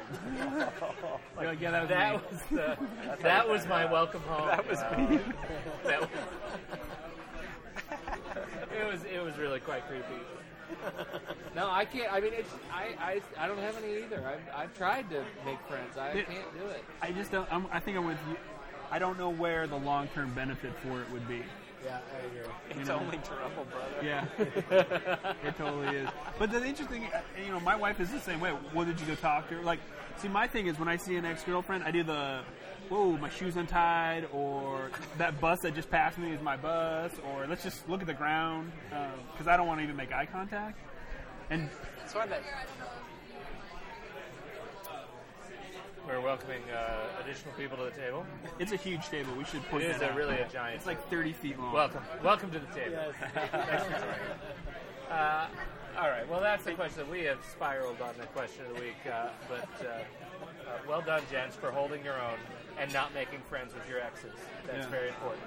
You're like, yeah, that was
That
me.
was *laughs* the, that was my welcome home. That was me. *laughs* that was, it was it was really quite creepy. No, I can't. I mean, it's, I, I I don't have any either. I've, I've tried to make friends. I
Did-
can't do it.
I just don't. I'm, I think I'm with you. I don't know where the long term benefit for it would be.
Yeah, I agree.
*laughs* It's only trouble, brother.
Yeah, *laughs* it totally is. But the interesting, uh, you know, my wife is the same way. Well, did you go talk to her? Like, see, my thing is when I see an ex girlfriend, I do the, whoa, my shoes untied, or that bus that just passed me is my bus, or let's just look at the ground because I don't want to even make eye contact. And
That's why that
We're welcoming uh, additional people to the table.
it's a huge table. We should put
It is
that
a,
out.
really a giant.
It's like 30 feet long.
welcome, welcome to the table.
Yes.
*laughs* Uh, all right. Well, that's the question. We have spiraled on the question of the week, uh, but uh, uh, well done, gents, for holding your own and not making friends with your exes. That's
Yeah.
very important.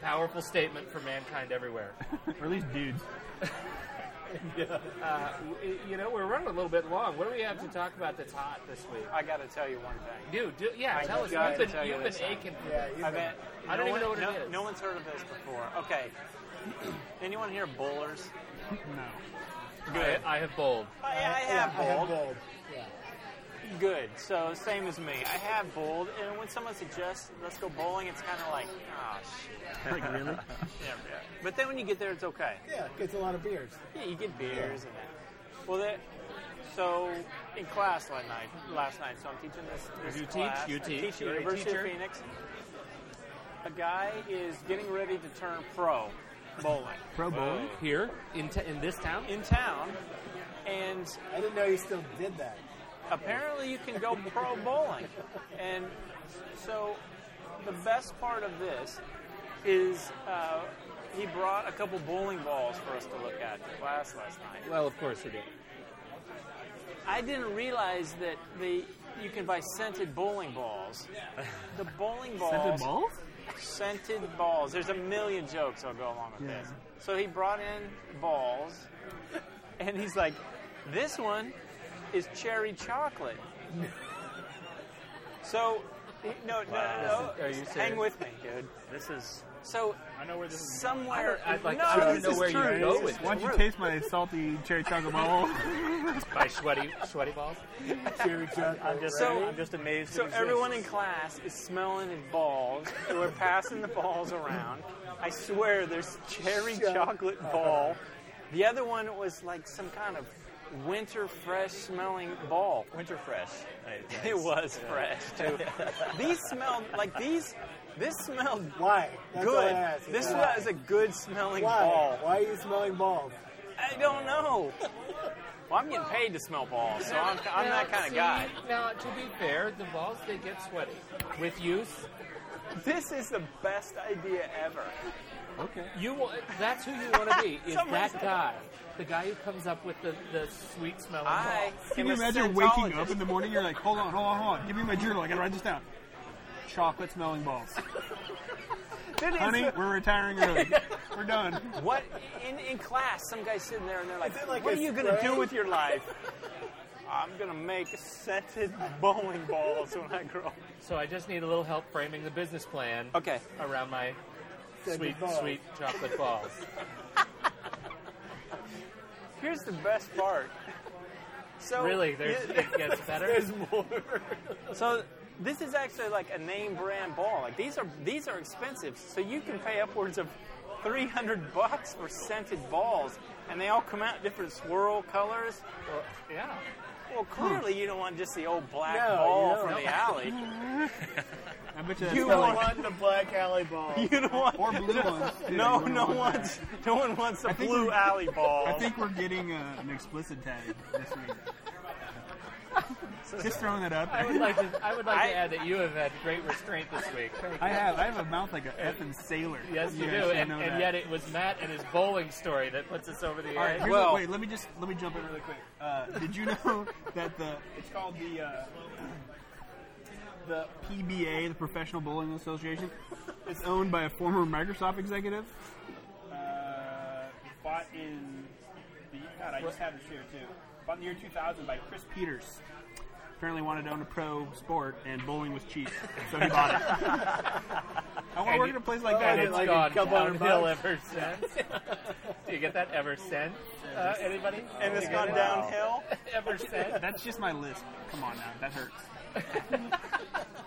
Powerful statement for mankind everywhere.
or at least dudes.
Uh, w- you know, we're running a little bit long. What do we have to talk about that's hot this week?
I got to tell you one thing.
Dude, do, yeah,
I
tell us.
gotta
You've been,
tell you
you've been
this thing.
aching. for
Yeah,
this.
you
I bet
I don't
no
even know what
one-
it
no,
is.
No one's heard of this before. Okay. *clears throat* Anyone here bowlers?
No.
Good.
I, I have bowled.
I, I have
I
bowled.
have gold.
Good. So same as me. I have bowled, and when someone suggests let's go bowling, it's kind of like, oh shit.
Like really?
*laughs* Yeah, yeah. But then when you get there, it's okay.
Yeah, gets a lot of beers.
Yeah, you get beers and that. Well, that. So in class last night, last night. So I'm teaching this. this
You teach,
class.
you
I
teach,
teach at
you're a
University
teacher.
of Phoenix. A guy is getting ready to turn pro bowling
Pro bowling.
Here in t- in this town.
in town, and
I didn't know you still did that.
apparently you can go
*laughs*
pro bowling. And so the best part of this is uh, he brought a couple bowling balls for us to look at to class last night.
Well, of course you did.
I didn't realize that the you can buy scented bowling balls. The bowling balls.
Scented balls?
Scented balls. There's a million jokes I'll go along with
Yeah.
this. So he brought in balls, and he's like, "This one is cherry chocolate." so, no, no, no.
This is- are you
hang
serious?
with me, dude.
This is
So
I know where this
somewhere,
I don't- I'd like-
no,
I don't
this
know
is
where you
true.
go
This
with
is
this.
Why don't you
true.
taste my salty cherry chocolate bowl?
By sweaty sweaty balls.
Cherry chocolate.
I'm just
So-
I'm just amazed.
So
it
everyone in
exists.
class is smelling his balls. and We're passing the balls around. I swear, there's cherry
Shut
chocolate ball. The other one was like some kind of winter fresh smelling ball.
Winter fresh. Nice, *laughs*
It
nice.
was fresh too. these smelled like these. This smelled
Why? That's all I
good.
ask.
This
Why?
was a good smelling
Why?
ball.
Why are you smelling balls?
I don't know. Well, I'm getting paid to smell balls, so I'm, I'm
Now,
that kind of
see,
guy.
Now, to be fair, the balls they get sweaty with use.
This is the best idea ever.
Okay.
You wa- that's who you want to
*laughs*
be is
Someone
that
said-
guy, the guy who comes up with the, the sweet smelling
I
ball.
Can
am
you
a
imagine waking
Scientologist.
up in the morning? You're like, hold on, hold on, hold on. Give me my journal. I gotta write this down. Chocolate smelling balls.
*laughs* That is
Honey,
the-
we're retiring early. We're done.
What in, in class? Some guy's sitting there and they're like,
Is it like
"What
a
are you gonna do
spray?
with your life?" I'm gonna make scented bowling balls when I grow. up.
So I just need a little help framing the business plan
Okay,
around my
Send
sweet
the balls.
sweet chocolate balls.
*laughs* here's the best part. So
really, there's,
Yeah,
it
*laughs*
gets better.
so this is actually like a name brand ball. Like these are these are expensive. So you can pay upwards of 300 bucks for scented balls, and they all come out in different swirl colors.
yeah.
Well, clearly you don't want just the old black
No,
ball
you don't.
from the alley.
I bet you that's
You
smelling-
want-
One, the black alley ball.
*laughs* You don't want
or blue ones. too.
*laughs* No,
You
no
don't want
one's, no one wants a
think
blue
we-
alley ball.
that. I think we're getting uh, an explicit tag this week.
*laughs*
Just throwing that out
I would
there.
like to. I would like
I-
to add that you have had great restraint this week.
I have. I have a mouth like a effing sailor.
Yes, you, do,
guys should
and,
know
and
that.
yet it was Matt and his bowling story that puts us over the
All right,
edge.
here's
Well-
what- wait. Let me just let me jump in really quick. Uh, did you know *laughs* that the it's called the uh, the PBA, the Professional Bowling Association, is owned by a former Microsoft executive. Uh, bought in the God, I just have this here too. Bought in the year 2000 by Chris Peters. Apparently wanted to own a pro sport, and bowling was cheap, so he bought it. I want to
And
work
you-
in a place like that.
and
it
it's
like a
gone
couple hundred
downhill
bucks?
ever since. Do you get that ever since? Uh, anybody?
and it's
You get
gone downhill.
Ever since?
That's just my list. Come on now, that hurts.
*laughs*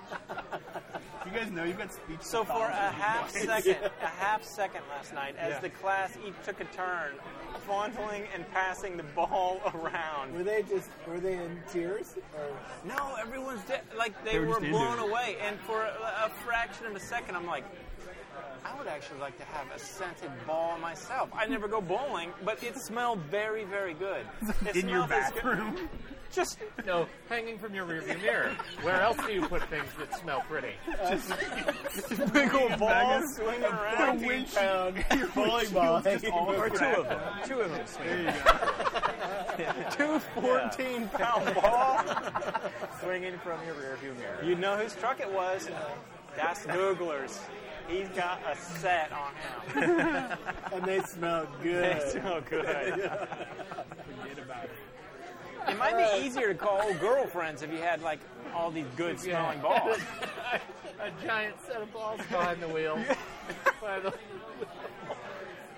you guys know you've got speech.
So for a
pathology.
half second,
*laughs*
a half second last night, as
Yeah.
the class each took a turn, fondling and passing the ball *laughs* around.
Were they just were they in tears? Or
No, everyone's de- like they
They were
were
just into
blown
it.
away. And for a, a fraction of a second, I'm like, I would actually like to have a scented ball myself. I never go bowling, but it smelled very,
*laughs*
very good. It
in your
smelled as good-
bathroom.
Just
No, hanging from your rearview mirror. Where else do you put things that smell pretty?
big old
bag
balls
of- *laughs*
swinging *laughs* around.
pound bowling ball.
just all
Or
over
two
crack.
of them.
Two of them.
There you go.
Two 14 pound ball.
Swinging from your rearview
*laughs*
mirror.
You know whose truck it was? That's Googler's. He's got a set on him.
And they smelled
They
good.
smell
*laughs*
good.
Forget about it.
It might be easier to call old girlfriends if you had like all these good smelling balls.
*laughs* a giant set of balls behind the wheel. By the-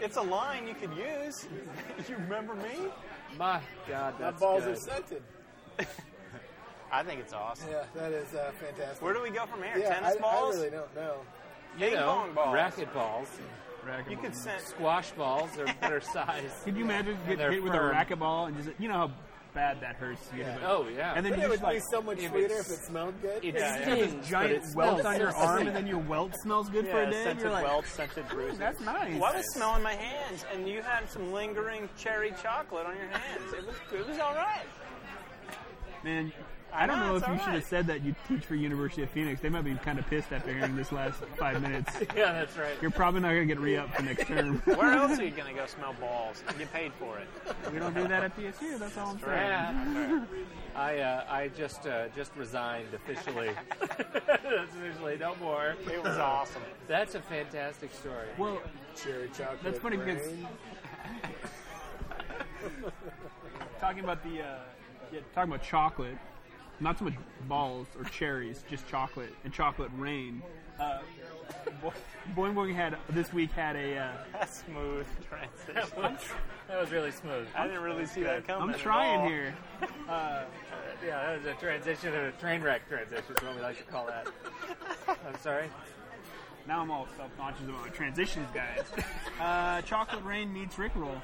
It's a line you could use. *laughs* You remember me?
my God,
The
that's
balls
good.
are scented.
I think it's awesome.
Yeah, that is uh, fantastic.
Where do we go from here?
yeah,
Tennis
I,
balls?
I really don't know.
you
ping
know,
pong balls.
racket balls,
you could send.
squash balls are better size. *laughs*
Could you imagine
And
getting
they're
hit with a
firm.
racquetball and just you know how bad that hurts? You
Yeah.
Oh yeah,
And then
But
you
it
just
would be
like
so much
if
sweeter if
it's-
it smelled good.
it
Yeah, yeah.
stings, but
giant
it
welt
smells
on your
so
arm,
sweet.
and then your welt smells good for a day. and
scented
You're like,
welt, scented bruises.
that's nice.
Well, I was smelling my hands, and you had some lingering cherry chocolate on your hands. It was, it was all right.
Man, I don't
know,
know if
it's
you
all
should have
right.
said that you teach for University of Phoenix. They might be kind of pissed after hearing this last five minutes.
*laughs* yeah, that's right.
You're probably not going to get re-up for next term.
Where else are you going to go smell balls and get paid for it?
we don't do that at PSU. That's all I'm saying.
Yeah. I uh, I just uh, just resigned officially. *laughs* That's officially no more.
It
*laughs*
was awesome.
That's a fantastic story.
Well,
Cherry chocolate.
That's funny because-
rain.
talking about the uh, yeah, talking about chocolate, not so much balls or cherries, just chocolate and chocolate rain. Uh, Bo- Boing Boing had this week had a. Uh,
That smooth transition.
That was really smooth.
I didn't really see that coming.
I'm
at
trying
all.
here.
Yeah, that was a transition, a train wreck transition is what we like to call that. I'm sorry.
Now I'm all self-conscious about my transitions, guys. uh, Chocolate Rain meets Rickroll.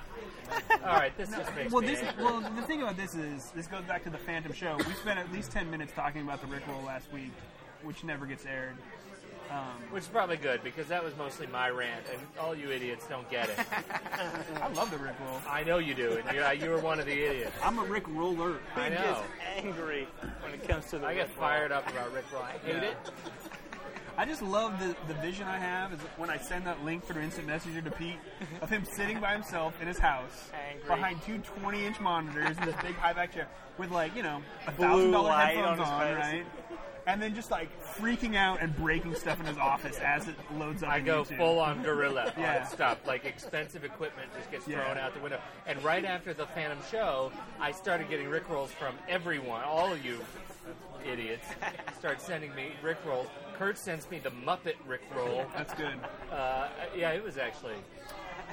All right, this just makes
Well,
me
this
angry.
well the thing about this is this goes back to the Phantom show. We spent at least ten minutes talking about the Rickroll last week, which never gets aired.
Which is probably good because that was mostly my rant, and all you idiots don't get it.
I love the Rickroll.
I know you do, and you, uh, you were one of the idiots.
I'm a Rick Roller.
I know.
angry when it comes to the
I get
Rick Roll.
fired up about Rick Roll. I hate it.
I just love the, the vision I have is when I send that link through instant messenger to Pete of him sitting by himself in his house
Angry.
behind two 20 inch monitors in this big high back chair with like, you know, a
Blue
thousand dollar
light
headphones
on
on,
his face.
right? And then just like freaking out and breaking stuff in his office as it loads up.
I
on
go
YouTube.
full on gorilla
Yeah.
on stuff. Like expensive equipment just gets
Yeah.
thrown out the window. And right after the Phantom show, I started getting Rick rolls from everyone. All of you idiots start sending me Rick rolls. Kurt sends me the Muppet Rick roll.
That's good.
Uh, yeah, it was actually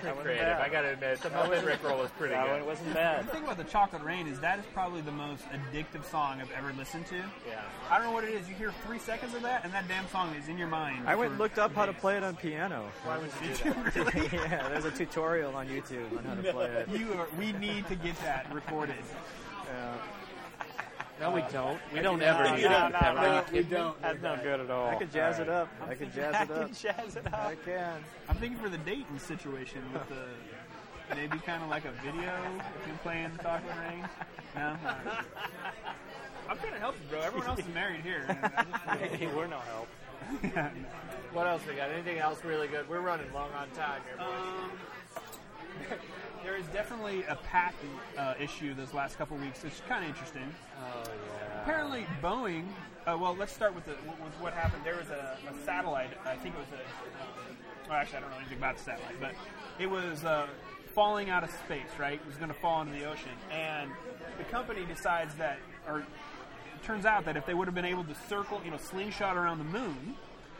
pretty
wasn't
creative.
bad.
I got to admit, the Muppet Rick roll was pretty
That
good.
one wasn't bad.
The thing about the Chocolate Rain is that is probably the most addictive song I've ever listened to.
Yeah.
I don't know what it is. You hear three seconds of that, and that damn song is in your mind.
I went
for
and looked up how to play it on piano.
Why would you do
days.
that?
Really?
*laughs* yeah, there's a tutorial on YouTube on how to play it.
You are, we need to get that recorded.
No, we don't. We don't ever
*laughs* no,
need
no,
that.
no,
Pepper.
no.
Are you
We
We
kidding me?
don't.
That's not good at all.
I could jazz it
All
up. I could jazz
I
it *laughs* up.
can jazz it up.
I can.
I'm thinking for the Dayton situation with the maybe kind of like a video of you playing the chocolate rain. No, Alright. I'm trying to help you, bro. Everyone else is married here.
*laughs*
Hey, we're no help.
What else we got? Anything else really good? We're running long on time here. boys.
Um, there is definitely a patent uh, issue this last couple weeks. It's kind of interesting.
Oh yeah.
Apparently, Boeing. Uh, well, let's start with, the, with what happened. There was a, a satellite. I think it was a. Well, actually, I don't know anything about the satellite, but it was uh, falling out of space. Right, it was going to fall into the ocean, and the company decides that, or it turns out that if they would have been able to circle, you know, slingshot around the moon,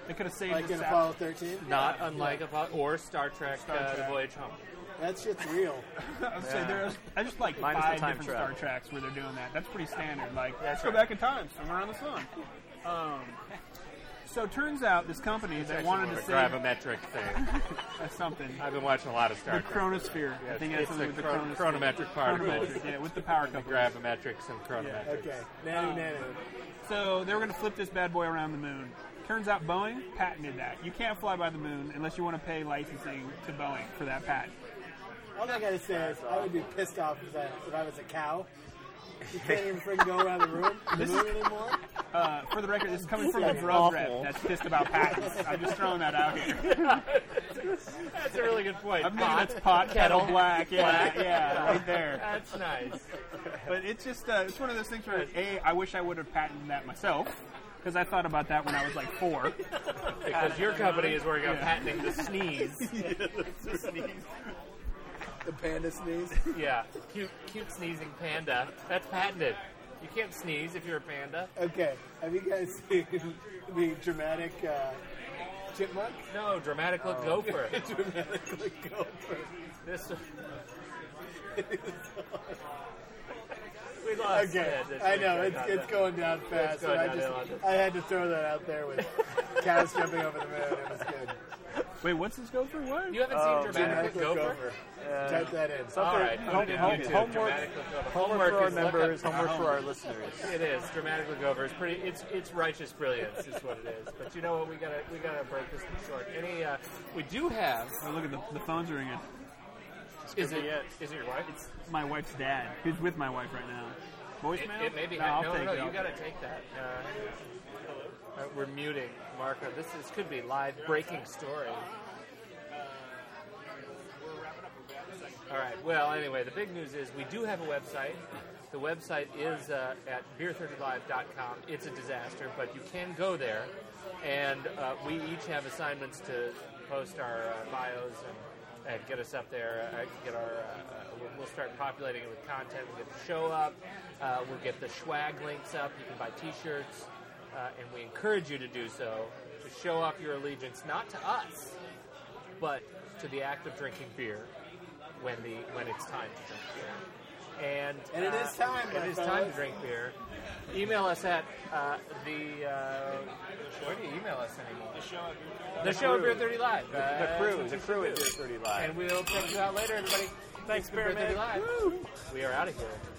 they could have saved
Like
the
in
sat-
Apollo 13?
Not unlike Apollo or Star Trek, uh, The
Trek.
Voyage Home.
That shit's real.
I would say there are I just like
Minus the
five
time
different Star
travel.
Treks where they're doing that. That's pretty standard. Like, let's go
right.
back in time somewhere around the sun. Um, so it turns out this company that wanted to save
gravimetric thing.
that's something.
I've been watching a lot of Star
The
Trek.
chronosphere. I
Yeah,
think
it's
that's something
the
with the
chron-
chronosphere.
chronometric part of it.
Chronometric, yeah, with the power couple.
Gravimetrics and chronometrics.
Okay. Nano, nano.
So they were going to flip this bad boy around the moon. Turns out Boeing patented that. You can't fly by the moon unless you want to pay licensing to Boeing for that patent.
All I gotta say is I would be pissed off if I, if I was a cow. You can't even freaking go around the room, the moon anymore.
Uh, for the record, this is coming from a
That's
drug rep
awful.
that's pissed about patents. I'm just throwing that out here.
That's a really good point.
I'm thinking that's pot, kettle, black. Yeah, yeah, right there.
That's nice.
But it's just, uh, it's one of those things where, A, I wish I would have patented that myself, because I thought about that when I was like four.
Because your company is working on
Yeah.
patenting
*laughs*
the sneeze.
The panda sneeze.
Yeah, cute, cute sneezing panda. That's patented. You can't sneeze if you're a panda.
Okay. Have you guys seen the dramatic uh, chipmunk?
No, dramatic look
Oh.
gopher.
*laughs* dramatically go for it. *laughs*
This. we lost.
Okay.
it this
I
week.
know it's,
thought
it's
that-
going down fast,
going
and I
down
just
a lot.
I had to throw that out there with cows jumping over the moon. It was good.
Wait, what's this go through? What?
You haven't
Oh,
seen dramatic
Dramatically
look gopher?
Type that in.
All right.
Home-
put it in
home-
YouTube.
homework-
Dramatic look gopher.
Homework for our
is look up-
members, homework for our listeners.
It is dramatically over. It's pretty. It's it's righteous brilliance is what it is. But you know what? We gotta we gotta break this one short. Any uh, we do have.
Oh, look at the, the phone's ringing.
Is it,
be it.
is it your wife? It's,
My wife's dad, who's with my wife right now.
it,
Voicemail?
it may be.
No, I'll
no,
take
no,
it.
you gotta take that. Uh, uh, we're muting Marco. This is could be live breaking story. All right. Well, anyway, the big news is we do have a website. The website is uh, at beer30live.com. It's a disaster, but you can go there, and uh, we each have assignments to post our uh, bios and, and get us up there. Uh, get our. Uh, uh, we'll- we'll start populating it with content. We'll get the show up. Uh, we'll get the swag links up. You can buy T-shirts, uh, and we encourage you to do so to show off your allegiance, not to us, but to the act of drinking beer when the when it's time to drink beer. And,
And it
uh,
is time, my
It is time
fellas.
to drink beer. Email us at uh, the. Uh, where do you email us anymore? The show at The show at Beer 30 Live.
The
Uh,
crew, the crew at Beer 30 Live.
And we'll check you out later, everybody.
Thanks,
Beer 30
Pyramid.
Live. We are out of here.